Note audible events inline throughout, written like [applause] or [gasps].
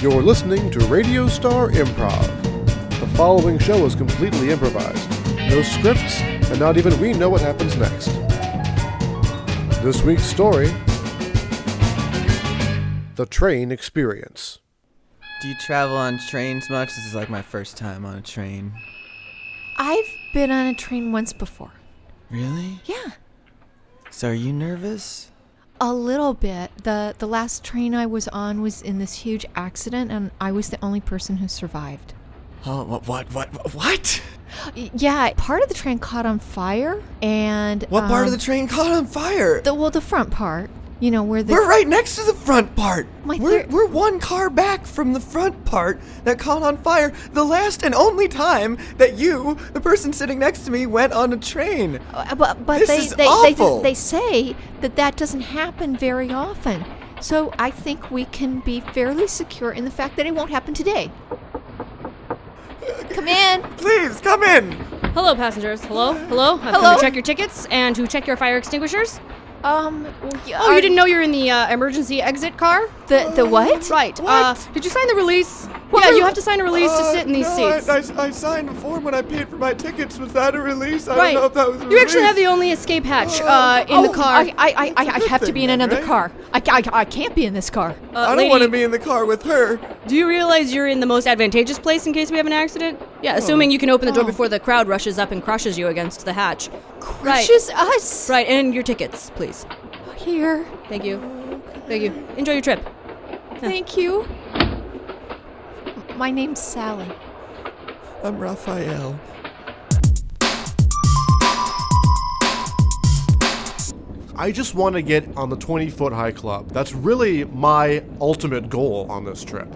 You're listening to Radio Star Improv. The following show is completely improvised. No scripts, and not even we know what happens next. This week's story The Train Experience. Do you travel on trains much? This is like my first time on a train. I've been on a train once before. Really? Yeah, So are you nervous? a little bit. the The last train I was on was in this huge accident, and I was the only person who survived. Oh, what, what, what, what? Y- Yeah, part of the train caught on fire, and What part of um, the train caught on fire? The well, the front part. You know where the uh, we're right next to the front part. My we're, thir- we're one car back from the front part that caught on fire the last and only time that you, the person sitting next to me, went on a train. Uh, but, but This they, is they, awful. They, they say that that doesn't happen very often. So I think we can be fairly secure in the fact that it won't happen today. Uh, Come in. Please come in. Hello, passengers. Hello, hello. I've Hello. come to check your tickets and to check your fire extinguishers. Um. Oh, you didn't know you're in the uh, emergency exit car? the the what? Right. Uh, did you sign the release? yeah, you have to sign a release to sit in these Uh, no, seats. I, I, I signed a form when I paid for my tickets. Was that a release? I right. don't know if that was a you actually release. have the only escape hatch uh, in Oh, the car. I, I, I, I, I good have to thing be in then, another right? car. I, I, I can't be in this car. Uh, I don't lady, want to be in the car with her. Do you realize you're in the most advantageous place in case we have an accident? Oh. Yeah, assuming you can open the door before the crowd rushes up and crushes you against the hatch. It's just us Right, and your tickets, please. here. Thank you. Thank you. Enjoy your trip. Thank you. My name's Sally. I'm Raphael. I just want to get on the 20 foot high club. That's really my ultimate goal on this trip.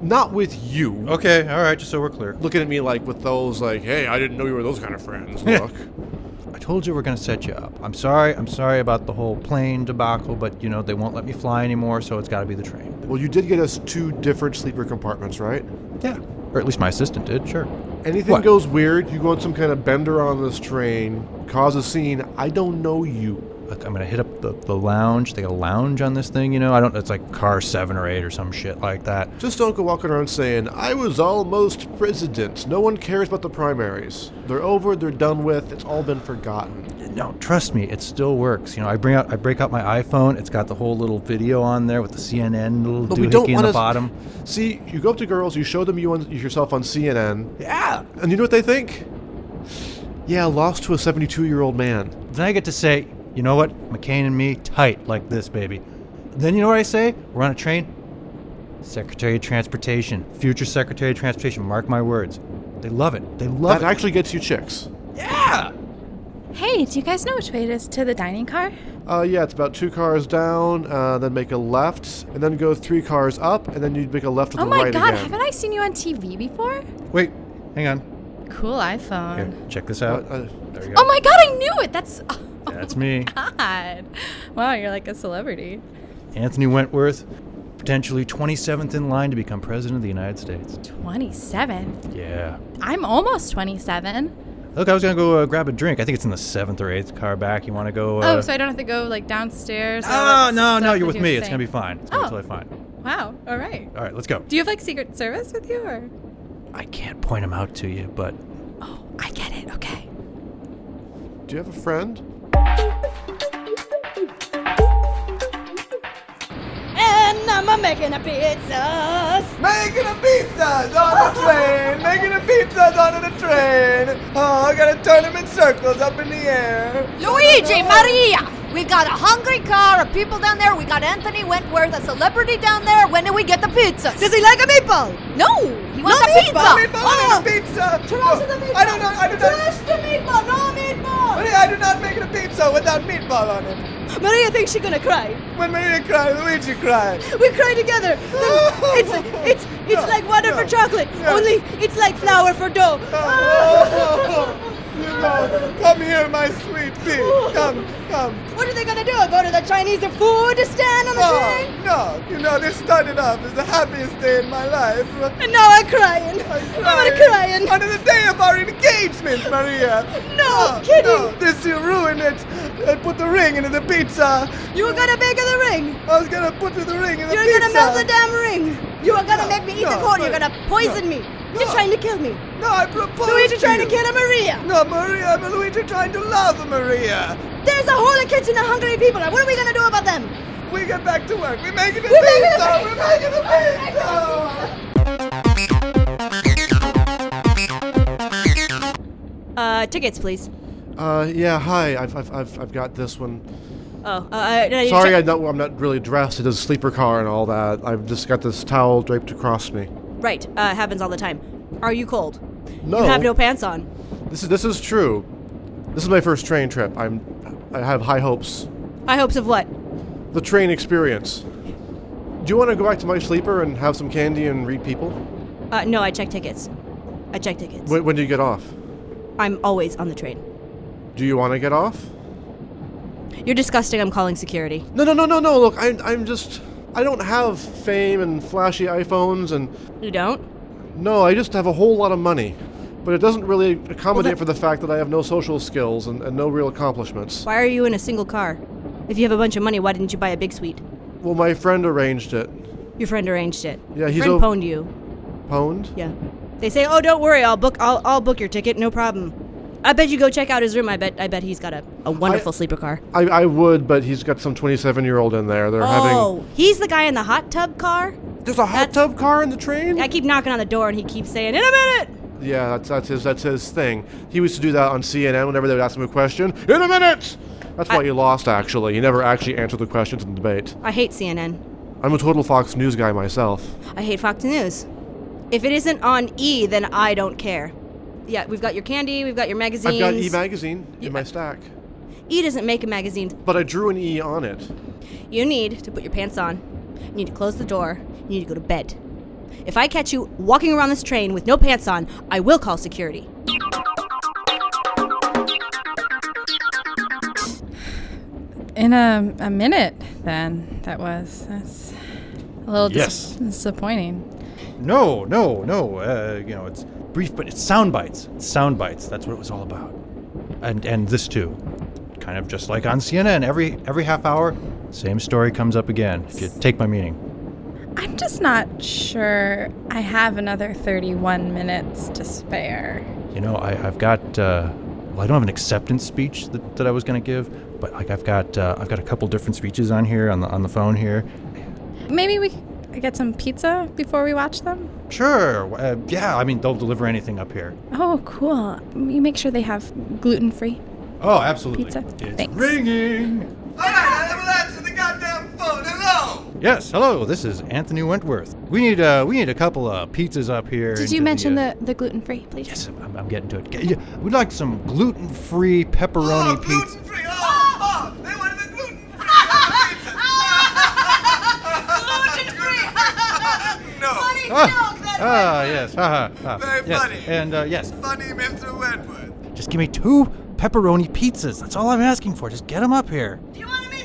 Not with you. Okay, all right, just so we're clear. Looking at me like with those, like, hey, I didn't know you were those kind of friends. Yeah. Look. I told you we're going to set you up. I'm sorry, I'm sorry about the whole plane debacle, but you know, they won't let me fly anymore, so it's got to be the train. Well, you did get us two different sleeper compartments, right? Yeah. Or at least my assistant did, sure. Anything What? goes weird, you go on some kind of bender on this train, cause a scene. I don't know you. Look, I'm going to hit up the, the lounge. They got a lounge on this thing, you know? I don't it's like car 7 or 8 or some shit like that. Just don't go walking around saying, I was almost president. No one cares about the primaries. They're over, they're done with, it's all been forgotten. No, trust me, it still works. You know, I bring out I break out my iPhone. It's got the whole little video on there with the CNN little But we don't doohickey on wanna the s- bottom. See, you go up to girls, you show them you on, yourself on CNN, Yeah. and you know what they think? Yeah, lost to a 72 year old man. Then I get to say, you know what, McCain and me, tight like this, baby. Then you know what I say? We're on a train. Secretary of Transportation, future Secretary of Transportation, mark my words. They love it. They love That it. actually gets you chicks. yeah. Hey, do you guys know which way it is to the dining car? Uh, yeah, it's about two cars down, uh, then make a left, and then go three cars up, and then you'd make a left with Oh the my right god, again. haven't I seen you on TV before? Wait, hang on. Cool iPhone. Here, check this out. Uh, uh, there you go. Oh my god, I knew it! That's. Oh That's me. god. Wow, you're like a celebrity. Anthony Wentworth, potentially 27th in line to become president of the United States. 27. Yeah. I'm almost 27. Look, I was gonna go uh, grab a drink. I think it's in the seventh or eighth car back. You want to go? Uh, oh, so I don't have to go like downstairs? or, Oh like, no, no, you're stuff that with me. It's saying. gonna be fine. It's gonna Oh. be totally fine. Wow, alright. All right, let's go. Do you have like Secret Service with you or? I can't point them out to you, but Oh, I get it, okay. Do you have a friend? And I'm making a pizza. Making a pizza on a train! Making a pizza on a train! Oh, I gotta turn him in circles up in the air. Luigi, Maria! We got a hungry car of people down there. We got Anthony Wentworth, a celebrity down there. When do we get the pizza? Does he like a meatball? No, he wants a pizza. Oh, Mommy, mommy, pizza! Trash No, the meatball. I do not, I do not, Trash the meatball. No meatball. I do not make a pizza without meatball on it. Maria thinks she's gonna cry. When Maria cried, [laughs] Luigi cried. We cry together. It's- it's- [laughs] it's like water for chocolate, only it's like flour for dough. You know, come here, my sweet pea. Come, come. What are they gonna do? Go to the Chinese food stand on Oh, No, no, you know know, this started off as the happiest day in my life. And now I'm crying. I'm already crying. crying. On the day of our engagement, Maria. No Oh, kidding. No, this you ruined it. I put the ring into the pizza. You were gonna make the ring. I was gonna put the ring in the You're pizza. gonna melt the damn ring. You are gonna No, make me eat no, the corn. You're but- gonna poison me. You're no. Oh, trying to kill me. No, I proposed. Luigi to trying to you. kill a Maria. No, Maria, I'm Luigi trying to love Maria. There's a whole kitchen of hungry people. What are we gonna do about them? We get back to work. We make it a We make it a pizza. We make it a pizza. Uh, tickets, please. Uh, yeah, hi. I've, I've, I've, I've got this one. Oh, uh, I, I- Sorry, I know I'm not really dressed. It is a sleeper car and all that. I've just got this towel draped across me. Right, uh, happens all the time. Are you cold? No, You have no pants on. this is this is true. This is my first train trip. I'm, I have high hopes. I hopes of what? The train experience. Do you want to go back to my sleeper and have some candy and read people? Uh, no, I check tickets. I check tickets. When, when do you get off? I'm always on the train. Do you want to get off? You're disgusting. I'm calling security. No, no, no, no, no. Look, I'm, I'm just. I don't have fame and flashy iPhones, and You don't? no, I just have a whole lot of money. But it doesn't really accommodate that- for the fact that I have no social skills and, and no real accomplishments. Why are you in a single car? If you have a bunch of money, why didn't you buy a big suite? Well, my friend arranged it. Your friend arranged it. Yeah, he's friend ov- pwned you. Pwned? Yeah. They say, "Oh, don't worry. I'll book. I'll, I'll book your ticket. No problem." I bet you go check out his room. I bet. I bet he's got a, a wonderful sleeper car. I, I would, but he's got some 27 year old in there. They're Oh, he's the guy in the hot tub car. having. There's a hot that's- tub car in the train? I keep knocking on the door, and he keeps saying, "In a minute." Yeah, that's, that's his that's his thing. He used to do that on CNN whenever they would ask him a question. In a minute. That's why you lost. Actually, you never actually answered the questions in the debate. I hate CNN. I'm a total Fox News guy myself. I hate Fox News. If it isn't on E, then I don't care. Yeah, we've got your candy, we've got your magazines. I've got E magazine in my stack, E doesn't make a magazine. but I drew an E on it. You need to put your pants on. You need to close the door. You need to go to bed. If I catch you walking around this train with no pants on, I will call security. In a, a minute, then, that was. That's a little dis- Yes. disappointing. No, no, no. Uh, you know, it's brief, but it's sound bites. It's sound bites. That's what it was all about. And and this too, kind of just like on CNN. Every every half hour, same story comes up again. If you take my meaning. I'm just not sure I have another 31 minutes to spare. You know, I I've got. Uh, well, I don't have an acceptance speech that, that I was going to give, but like I've got uh, I've got a couple different speeches on here on the on the phone here. Maybe we could get some pizza before we watch them? Sure. Uh, yeah. I mean, they'll deliver anything up here. Oh, cool. You make sure they have gluten free Oh, absolutely. pizza. It's Thanks. ringing. All right, I will answer the goddamn phone. Hello. Yes, hello. This is Anthony Wentworth. We need uh, we need a couple of pizzas up here. Did into you mention uh, the, the gluten free, please? Yes, I'm, I'm getting to it. Get- yeah, We'd like some gluten-free oh, pepperoni pizza. gluten free. Oh, oh, they wanted the gluten free pizza. gluten free. no. Funny. Ah, ah yes, ha ha. ha. Very yes. funny. And uh, yes, Funny, Mr. Wentworth. just give me two pepperoni pizzas. That's all I'm asking for. Just get them up here. You want to be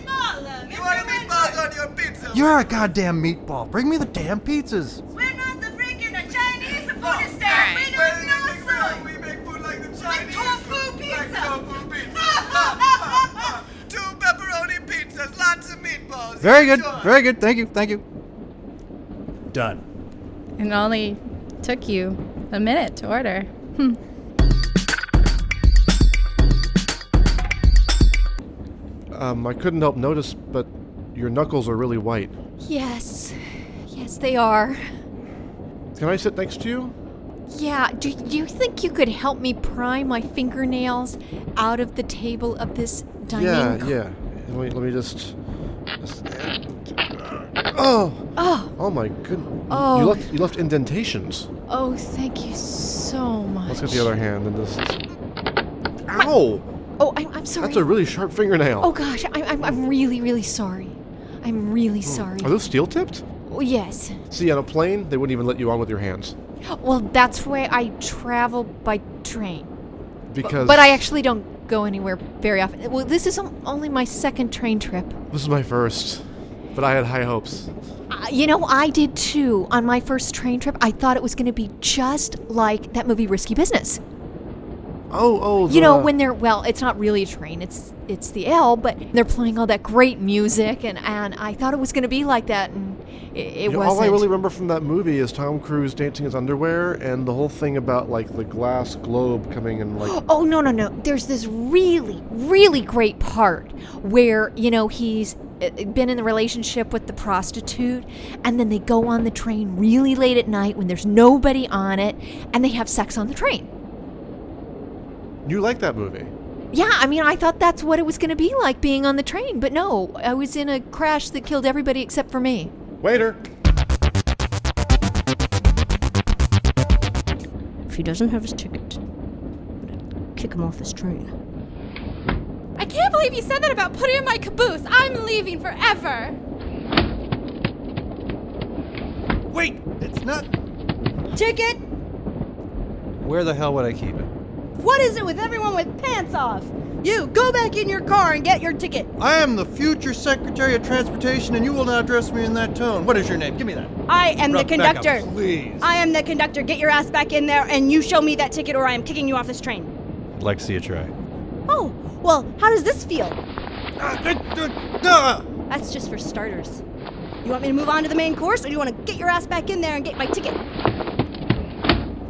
bugs on your pizza? You're a goddamn meatball. Bring me the damn pizzas. We're not the freaking the Chinese food establishment. We Where don't did know they make food? some. We make food like the Chinese. tofu food, Like pizza. tofu pizza. Ah, ah, ah. [laughs] Two pepperoni pizzas, lots of meatballs. Very good. Enjoy. Very good. Thank you. Thank you. Done. It only took you a minute to order. Hmm. Um, I couldn't help notice, but your knuckles are really white. Yes. Yes, they are. Can I sit next to you? Yeah, do, do you think you could help me pry my fingernails out of the table of this dining yeah, car? yeah. Let me, let me just. just- Oh, Oh, oh my goodness! You Oh. left you left indentations. oh, thank you so much. Let's get the other hand and just. Ow! Oh, I'm, I'm sorry. That's a really sharp fingernail. oh gosh, I'm, I'm, I'm really, really sorry. I'm really sorry. Are those steel tipped? Oh, yes. See, on a plane, they wouldn't even let you on with your hands. Well, that's why I travel by train. Because. But I actually don't go anywhere very often. Well, this is on- only my second train trip. This is my first. But I had high hopes. Uh, You know, I did too. On my first train trip, I thought it was going to be just like that movie Risky Business. Oh, oh. You know, the- when they're well, it's not really a train. It's it's the L, but they're playing all that great music, and and I thought it was going to be like that, and it, it You know, wasn't. All I really remember from that movie is Tom Cruise dancing in his underwear and the whole thing about like the glass globe coming and like [gasps] Oh no no no! There's this really really great part where you know he's uh, been in the relationship with the prostitute, and then they go on the train really late at night when there's nobody on it, and they have sex on the train. you like that movie. Yeah, I mean, I thought that's what it was going to be like being on the train, but no, I was in a crash that killed everybody except for me. Waiter. If he doesn't have his ticket, I'm gonna kick him off this train. I can't believe you said that about putting in my caboose. I'm leaving forever. Wait, it's not. Ticket? Where the hell would I keep it? What is it with everyone with pants off? You go back in your car and get your ticket. I am the future Secretary of Transportation, and you will not address me in that tone. What is your name? Give me that. I am the Rob, back up, conductor. please. I am the conductor. Get your ass back in there and you show me that ticket or I am kicking you off this train. I'd like to see you try. Oh, well, how does this feel? Ah, That's just for starters. You want me to move on to the main course, or do you want to get your ass back in there and get my ticket?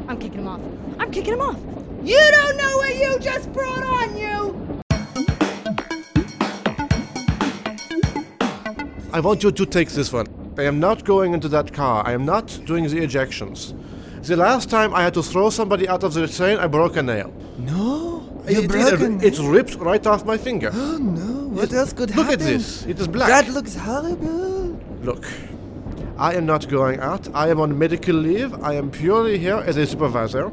I'm kicking him off. I'm kicking him off. You don't know what you just brought on you! I want you to take this one. I am not going into that car. I am not doing the ejections. The last time I had to throw somebody out of the train, I broke a nail. No, It- you it- broke it, it it. ripped right off my [gasps] finger. Oh no! What It- else could look happen? at this. It is black. That looks horrible. Look, I am not going out. I am on medical leave. I am purely here as a supervisor.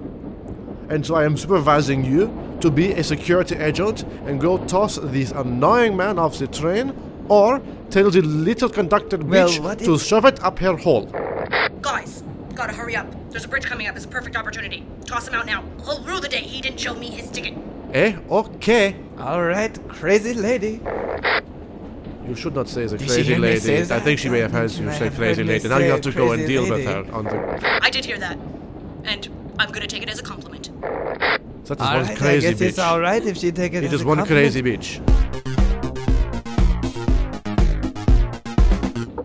And so I am supervising you to be a security agent and go toss this annoying man off the train or tell the little conductor Well, bitch what to if- shove it up her hole. Guys, gotta hurry up. There's a bridge coming up. It's a perfect opportunity. Toss him out now. He'll rue the day he didn't show me his ticket. Eh? Okay. All right, crazy lady. You should not say the Did she crazy hear me lady. say I that? think she may have I heard think you she say may have crazy heard me lady. Now you say have to go and crazy deal with lady. her on the. I did hear that. And I'm gonna take it as a compliment. That is All one right, crazy I guess bitch. it's all right if she take it. It as is a one compliment. crazy bitch.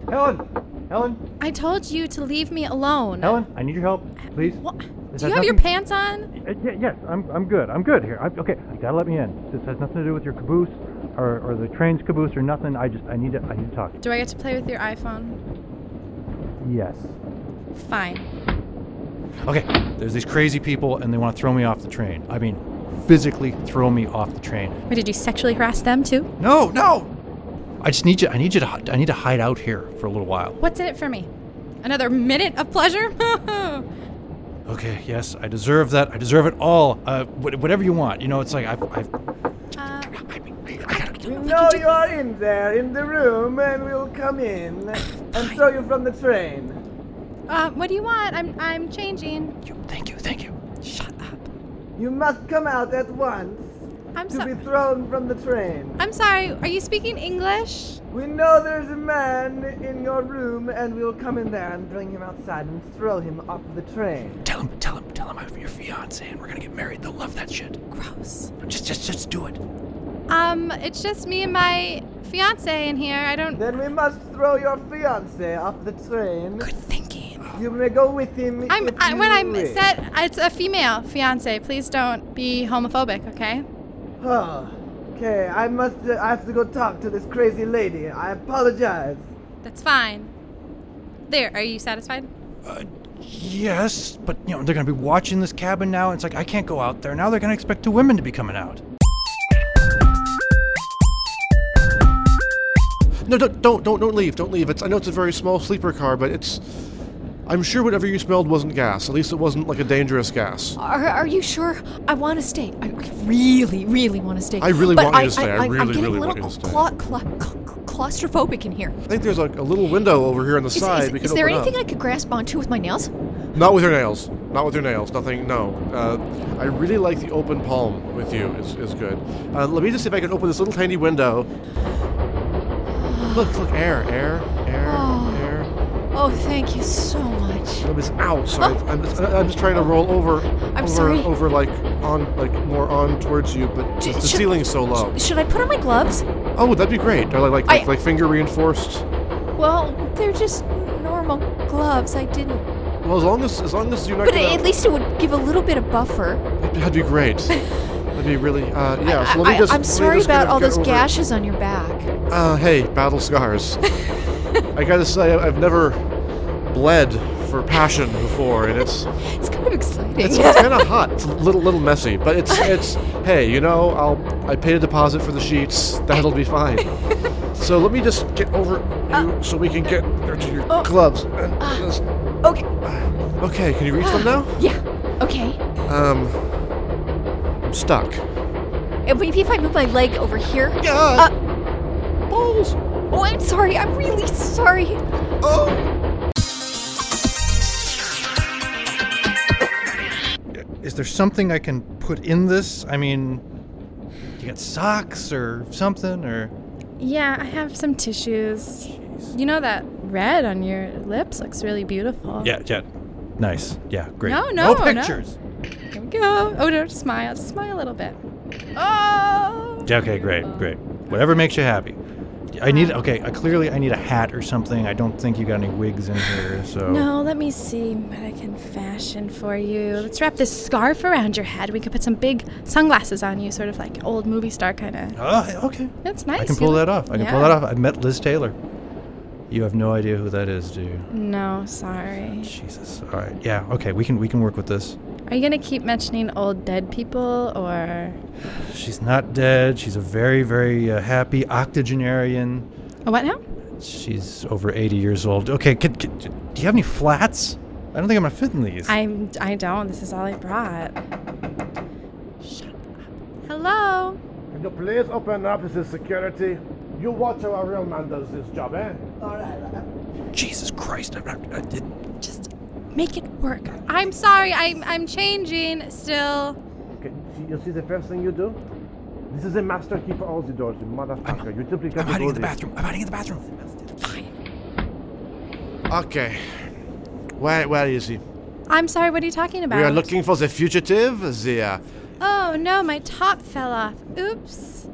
Helen, Helen, I told you to leave me alone. Helen, I need your help, please. What? This Do has you have your nothing- pants on? Uh, ye- yes, I'm, I'm good. I'm good here. I, okay, you gotta let me in. This has nothing to do with your caboose or, or the train's caboose or nothing. I just I need to I need to talk. Do I get to play with your iPhone? Yes. Fine. Okay. There's these crazy people and they want to throw me off the train. I mean, physically throw me off the train. Wait, did you sexually harass them too? No, no. I just need you. I need you to. hi- I need to hide out here for a little while. What's in it for me? Another minute of pleasure? [laughs] Uh, Okay. Yes, I deserve that. I deserve it all. Uh, wh- whatever you want. You know, it's like I've. I've No, you are in there, in the room, and we'll come in and throw you from the train. uh, what do you want? I'm I'm changing. you, thank you. Thank you. Shut up. You must come out at once I'm to be sorry. thrown from the train. I'm sorry. Are you speaking English? We know there's a man in your room, and we'll come in there and bring him outside and throw him off the train. Tell him. Tell him. Tell him I'm your fiance and we're gonna get married. They'll love that shit. Gross. Just, just, just do it. Um, it's just me and my fiance in here. I don't. Then we must throw your fiance off the train. Good thinking. You may go with him. I'm if I, you when I'm wish. said it's a female fiance. Please don't be homophobic, okay? okay, I must. Uh, I have to go talk to this crazy lady. I apologize. That's fine. There. Are you satisfied? Uh, yes, but you know they're gonna be watching this cabin now. And it's like I can't go out there now. They're gonna expect two women to be coming out. No, don't, don't, don't, don't leave. Don't leave. It's, I know it's a very small sleeper car, but it's. I'm sure whatever you smelled wasn't gas. At least it wasn't like a dangerous gas. Are, are you sure? I want to stay. I, I really, really want to stay. I really But want you to stay. I really, I'm getting really a want little you to stay. cla- cla- cla- claustrophobic in here. I think there's like a little window over here on the Is, side. is- we is can there open anything I up. could grasp onto with my nails? Not with your nails. Not with your nails. Nothing. No. Uh, I really like the open palm with you. Is is good. Uh, let me just see if I can open this little tiny window. Look! Look! Air! Air! Air! Air! Oh, thank you so much. I'm just out. Sorry, I'm, just, uh, I'm just trying to roll over, Oh. I'm over, sorry. over, like on, like more on towards you, but just the should- ceiling's so low. Should I put on my gloves? oh, that'd be great. Or like, like, I- like, like finger reinforced. Well, they're just normal gloves. I didn't. Well, as long as as long as you're not. But gonna, at least it would give a little bit of buffer. that'd be [laughs] great. that'd be really. Uh, yeah. so let me I, just. am let me sorry just kind about of all get those over- gashes on your back. Uh, hey, battle scars. I gotta say, I- I've never bled for passion before, and it's It's kind of exciting. [laughs] it's, it's kind of hot. It's a little little messy, but it's it's hey, you know, I'll I paid a deposit for the sheets. That'll be fine. so let me just get over you, so we can get into your gloves. And just- okay. Okay, can you reach them now? Yeah. Okay. Um, I'm stuck. And maybe if I move my leg over here. uh, Yeah. Balls. Oh, I'm sorry. I'm really sorry. Oh. Is there something I can put in this? I mean, you got socks or something, or Yeah, I have some tissues. You know that red on your lips looks really beautiful. yeah, yeah, nice, yeah, great. No, no no, no. pictures. Here we go. Oh no, just smile. Just smile a little bit. Oh. Yeah, Okay, great, great. Whatever makes you happy. I need okay. I clearly I need a hat or something. I don't think you got any wigs in here, so No, let me see what I can fashion for you. Let's wrap this scarf around your head. We could put some big sunglasses on you, sort of like old movie star kind of. Oh, okay. That's nice. I can You pull look- that off. I can pull Yeah. that off. I met Liz Taylor. You have no idea who that is, do you? No, sorry. Jesus. All right. Yeah. Okay. We can we can work with this. Are you gonna keep mentioning old dead people or? She's not dead. She's a very very uh, happy octogenarian. Oh, what now? She's over 80 years old. Okay, could, could, do you have any flats? I don't think I'm gonna fit in these. I'm. I don't. This is all I brought. Shut up. Hello. Can you please open up the security? You watch how a real man does this job, eh? All right. Jesus Christ! I, I, I did. Just make it work. I'm sorry. I'm. I'm changing still. Okay, see, you see the first thing you do? This is a master key for all the doors, you motherfucker. you duplicate I'm hiding in the bathroom. I'm hiding in the bathroom. Okay. Where, where is he? I'm sorry. What are you talking about? We are looking for the fugitive. The uh, Oh no, my top fell off. Oops.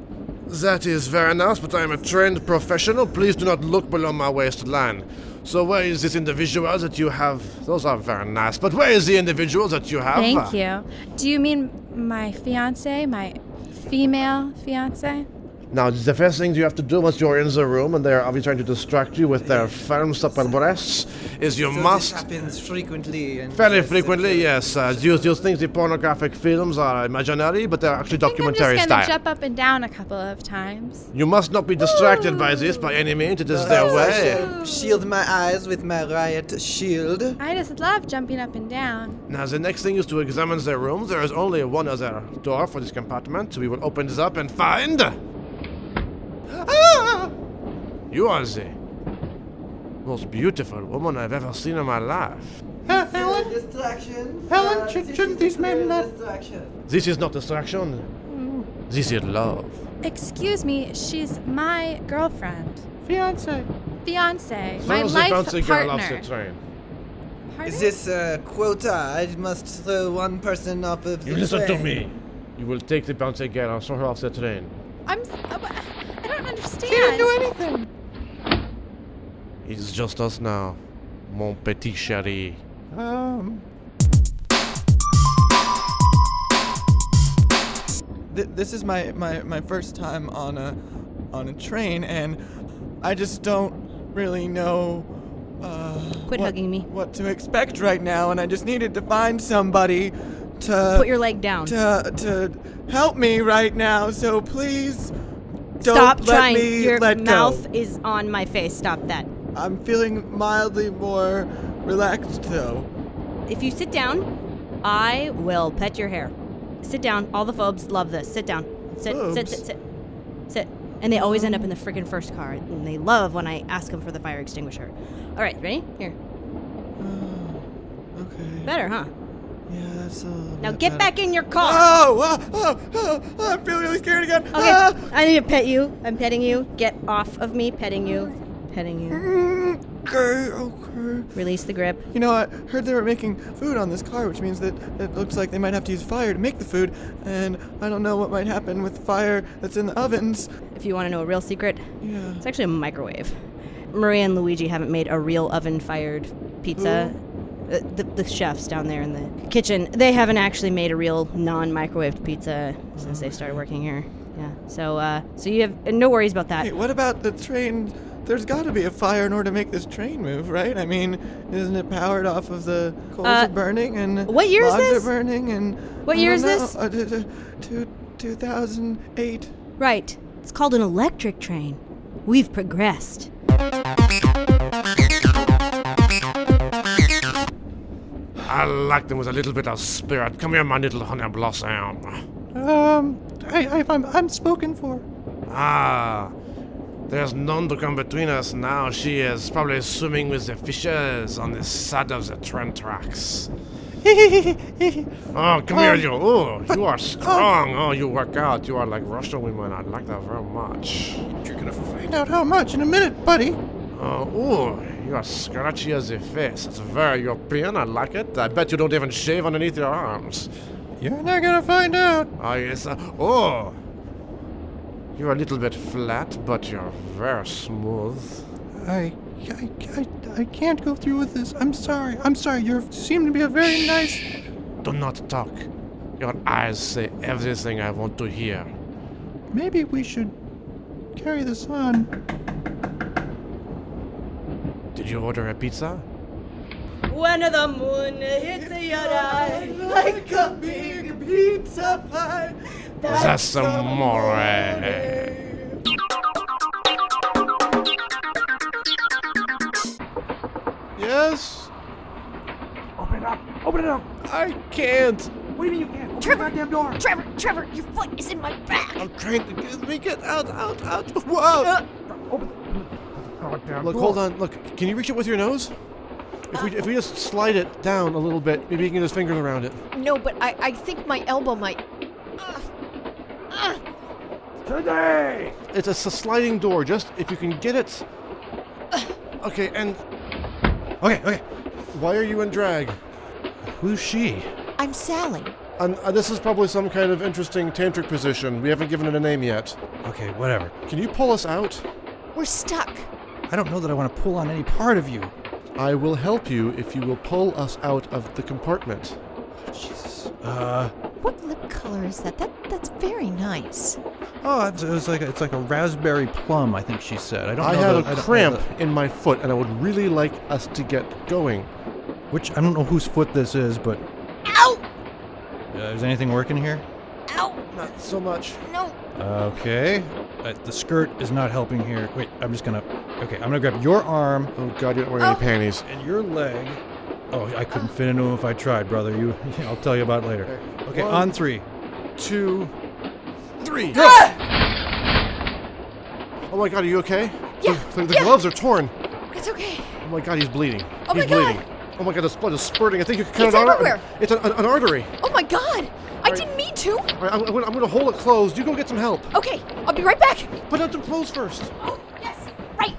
that is very nice, but I am a trained professional. Please do not look below my waistline. So where is this individual that you have? Those are very nice, but where is the individual that you have? Thank you. Do you mean my fiance, my female fiance? Now, the first thing you have to do once you're in the room and they're obviously trying to distract you with their firms up and breasts is you must happens frequently. And Fairly frequently, yes. Uh, do, you, do you think the pornographic films are imaginary, but they're actually I'm just documentary gonna style? jump up and down a couple of times. You must not be distracted by this by any means. It is their way. "Oh, Shield my eyes with my riot shield. I just love jumping up and down. Now, the next thing is to examine the room. There is only one other door for this compartment. We will open this up and find. Ah! You are the most beautiful woman I've ever seen in my life. Helen, distraction. Helen, should, shouldn't these men not? Distraction. This is not distraction. This is love. Excuse me, she's my girlfriend. Fiance. Fiance. my Throw the life bouncy girl off partner. the train. Is this a quota? I must throw one person off of the train. You will take the bouncy girl and throw her off the train. I'm. s- uh, wha- I don't understand. didn't do anything. It's just us now, mon petit chéri. Um. Th- this is my, my, my first time on a on a train, and I just don't really know. Uh, what, Quit hugging me. What to expect right now, and I just needed to find somebody to Put your leg down. to to help me right now. So please don't Stop let trying. me Your let mouth go. is on my face. Stop that. I'm feeling mildly more relaxed though. [sighs] If you sit down, I will pet your hair. Sit down. All the phobes love this. Sit down. Sit, sit, Phobes? sit, sit. Sit. And they always end up in the freaking first car, and they love when I ask them for the fire extinguisher. All right, ready? Here. Okay. Better, huh? Yeah, uh, that's a. Now get back in your car. Oh, oh, oh, oh, I'm feeling really scared again. Okay, Ah. I need to pet you. I'm petting you. Get off of me, petting you, petting you. mm, Okay, okay. Release the grip. You know, I heard they were making food on this car, which means that it looks like they might have to use fire to make the food, and I don't know what might happen with fire that's in the ovens. If you want to know a real secret, Yeah. it's actually a microwave. Maria and Luigi haven't made a real oven fired pizza. Uh, The, the chefs down there in the kitchen, they haven't actually made a real non microwaved pizza since they started working here. Yeah. So, uh, so you have uh, no worries about that. Hey, what about the train? There's got to be a fire in order to make this train move, right? I mean, isn't it powered off of the coals are Uh, burning and what year is logs this? are burning and What I year don't is know, this? uh, d- d- two- 2008. Right. It's called an electric train. We've progressed. I like them with a little bit of spirit. Come here, my little honey blossom. Um, I, I, I'm, I'm spoken for. Ah, there's none to come between us now. She is probably swimming with the fishes on the side of the train tracks. Oh, come here, Um, you. Oh, you are strong. Oh, you work out. You are like Russian women. I like that very much. You're gonna find Find out how much in a minute, buddy. Oh, ooh, you are scratchy as a face. It's very European. I like it. I bet you don't even shave underneath your arms. You're not gonna find out. Oh, yes. uh, oh! You're a little bit flat, but you're very smooth. I, I, I, I can't go through with this. I'm sorry. I'm sorry. You seem to be a very nice. Do not talk. Your eyes say everything I want to hear. Maybe we should carry this on. Did you order a pizza? When the moon hits your eye like a big pizza pie. That's eh? amore. Yes? Open it up! Open it up! I can't! What do you mean you can't? Open Trevor! the goddamn door! Trevor, Trevor, your foot is in my back. I'm trying to get me get out, out, out. Uh, Whoa! Look, hold on. Look, can you reach it with your nose? If we, if we just slide it down a little bit, maybe you can get his fingers around it. No, but I, I think my elbow might. Today! It's a, s- sliding door. Just if you can get it. Okay, and. Okay, okay. Why are you in drag? Who's she? I'm Sally. And uh, this is probably some kind of interesting tantric position. We haven't given it a name yet. Okay, whatever. Can you pull us out? We're stuck. I don't know that I want to pull on any part of you. I will help you if you will pull us out of the compartment. Uh, What lip color is that? That that's very nice. oh, it's, it's like a, it's like a raspberry plum. I think she said. I don't. I know had the- a don't know cramp the- in my foot, and I would really like us to get going. Which I don't know whose foot this is, but. Ow! Uh, is anything working here? Ow! Not so much. No. Okay. Uh, the skirt is not helping here. Wait, I'm just gonna. Okay, I'm gonna grab your arm. Oh God, you don't wear any panties. And your leg. Oh, I couldn't fit into him if I tried, brother. You, [laughs] I'll tell you about it later. Okay, One, on three. Two, three. Oh my God, are you okay? Yeah. The, the gloves are torn. It's okay. Oh my God, he's bleeding. Oh my he's God. bleeding. Oh my God, this blood is spurting. I think you can cut It's an artery. everywhere. It's an, an, an artery. Oh my God! I didn't mean All to. right, I'm, I'm, gonna, I'm gonna hold it closed. You go get some help. Okay, I'll be right back. Oh, Put out the clothes first. Right.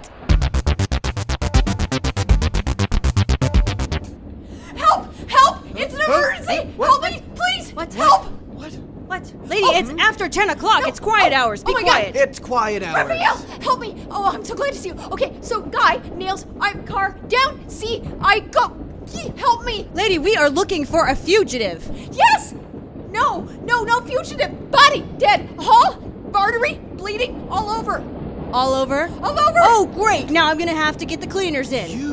Help! Help! It's an emergency! Help me, please! What? Help! What? What? Lady, Oh. it's after 10 o'clock. it's quiet hours. Be oh my God. quiet. It's quiet hours. Raphael, help me! Oh, I'm so glad to see you. Okay, so guy nails I car down. See, I go. Ye- Help me, Lady, we are looking for a fugitive. Yes. No, no, no. Fugitive body dead. Hall artery bleeding all over. All over? All over! Oh, great. Now I'm going to have to get the cleaners in. You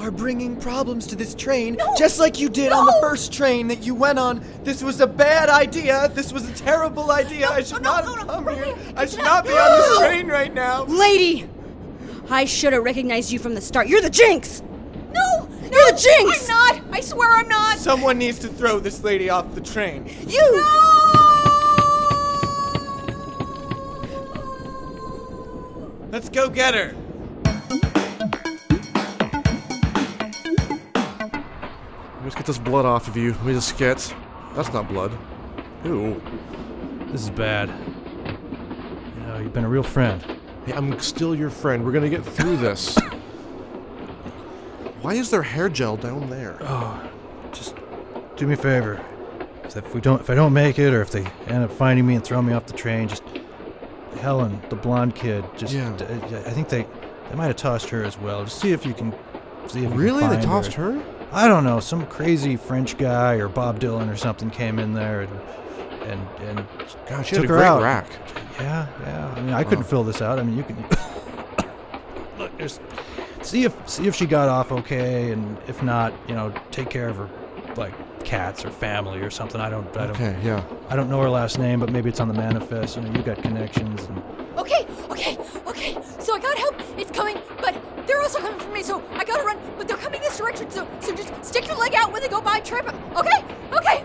are bringing problems to this train, just like you did on the first train that you went on. This was a bad idea. This was a terrible idea. I should not have come here. I should not be on this train right now. Lady, I should have recognized you from the start. You're the Jinx. No. You're the Jinx. I'm not. I swear I'm not. Someone needs to throw this lady off the train. You. Let's go get her. Let's get this blood off of you. We just get. That's not blood. Ew. This is bad. You know, you've been a real friend. Hey, I'm still your friend. We're gonna get through this. Why is there hair gel down there? Oh, just do me a favor. 'Cause If we don't, if I don't make it, or if they end up finding me and throwing me off the train, just Helen, the blonde kid, just Yeah. d- I think they they might have tossed her as well. Just see if you can. See if you can Really? They find tossed her? I don't know. Some crazy French guy or Bob Dylan or something came in there and and and God, she took had a her great out. rack. Yeah, yeah. I mean, I couldn't Wow. fill this out. I mean, you [coughs] can look. Just see if see if she got off okay, and if not, you know, take care of her like cats or family or something. I don't. I don't. Okay, yeah. I don't know her last name, but maybe it's on the manifest. You know, you got connections. And, Okay, okay, okay. So I got help. It's coming, but they're also coming for me. So I gotta run. But they're coming this direction. So, so just stick your leg out when they go by. Trip 'em. Okay, okay.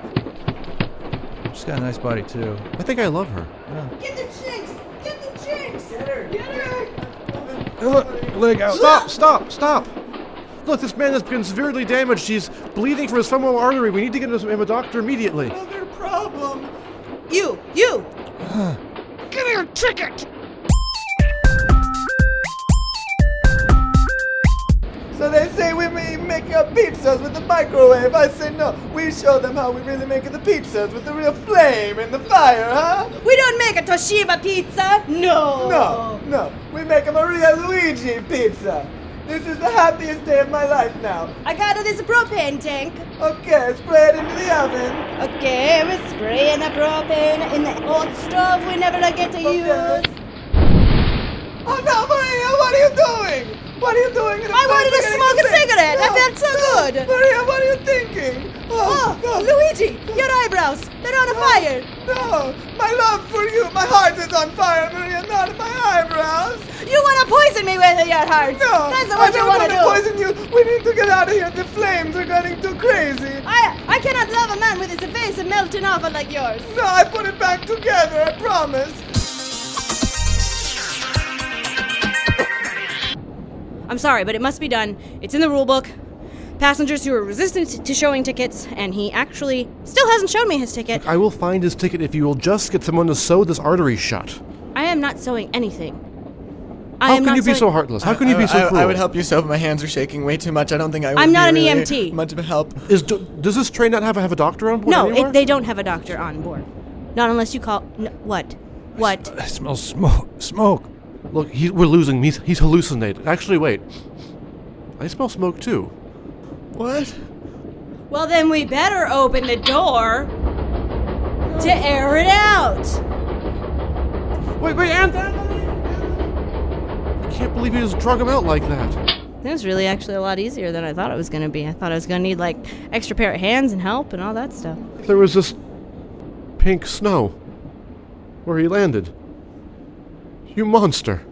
she's got a nice body too. I think I love her. Get the chicks. Get the chicks. Get her. Get her. Leg out. Stop, stop, stop. Look, this man has been severely damaged. He's bleeding from his femoral artery. We need to get him a doctor immediately. Problem. You, you. Give me your ticket. So they say we be making up pizzas with the microwave. I say no. We show them how we really make the pizzas with the real flame and the fire, huh? We don't make a Toshiba pizza. No. No, no. We make a Maria Luigi pizza. This is the happiest day of my life now. I got it as a propane tank. Okay, spray it into the oven. Okay, we spray in the propane in the old stove we never get to use. Oh no, Maria, what are you doing? What are you doing? in a I wanted place to we're smoke a getting sick? cigarette. I No, felt so no. good. Maria, what are you thinking? Oh, Luigi, your eyebrows, they're on fire. No, my love for you, my heart is on fire, Maria, not my eyebrows. You want to poison me with your heart. No, That's I what you don't want to wanna do. poison you. We need to get out of here. The flames are getting too crazy. I, I cannot love a man with his face melting off like yours. No, I put it back together, I promise. I'm sorry, but it must be done. It's in the rule book. Passengers who are resistant to showing tickets, and he actually still hasn't shown me his ticket. I will find his ticket if you will just get someone to sew this artery shut. I am not sewing anything. How I am can not you be sewing- so heartless? How can you I- be so I- I cruel? would help you so, but my hands are shaking way too much. I don't think I would I'm be not an E really EMT. Much of a help. Is do, does this train not have a, have a doctor on board? No, anywhere? it, they don't have a doctor on board. Not unless you call. n what? What? I smell smoke. Smoke. Look, he, we're losing him. He's, he's hallucinated. Actually, wait. I smell smoke too. What? Well, then we better open the door to air it out. Wait, wait, Anthony! I can't believe you just drug him out like that. That was really actually a lot easier than I thought it was going to be. I thought I was going to need like extra pair of hands and help and all that stuff. There was this pink snow where he landed. You monster.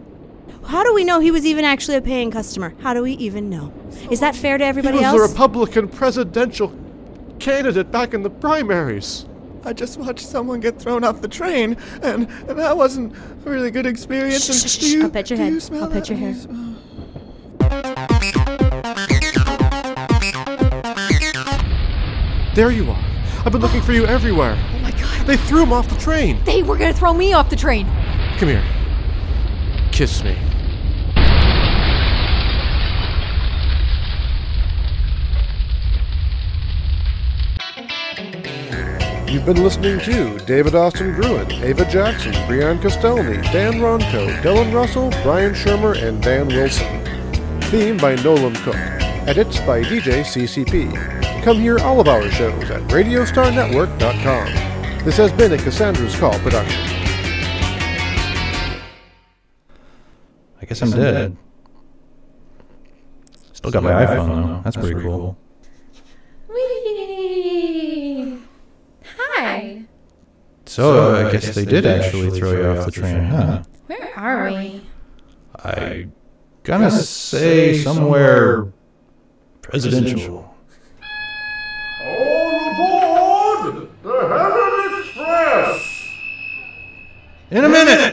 How do we know he was even actually a paying customer? How do we even know? Is that fair to everybody he was else? the Republican presidential candidate back in the primaries. I just watched someone get thrown off the train, and, and that wasn't a really good experience. and do you, I'll pet your do head. You smell I'll pet that? your hair. There you are. I've been looking for you everywhere. Oh my god. They threw him off the train. They were gonna throw me off the train. Come here. Kiss me. You've been listening to David Austin Gruen, Ava Jackson, Brian Castellani, Dan Ronco, Dylan Russell, Brian Shermer, and Dan Wilson. Theme by Nolan Cook. Edits by DJ CCP. Come hear all of our shows at RadiostarNetwork.com. This has been a Cassandra's Call production. I guess I'm dead. Still got my Still got my iPhone, iPhone, though. though. That's, pretty, cool. Whee! Hi. So, uh, I, guess they did actually throw you off the train, huh? Where are we? I gonna say somewhere presidential. All aboard the Heaven Express! In a minute.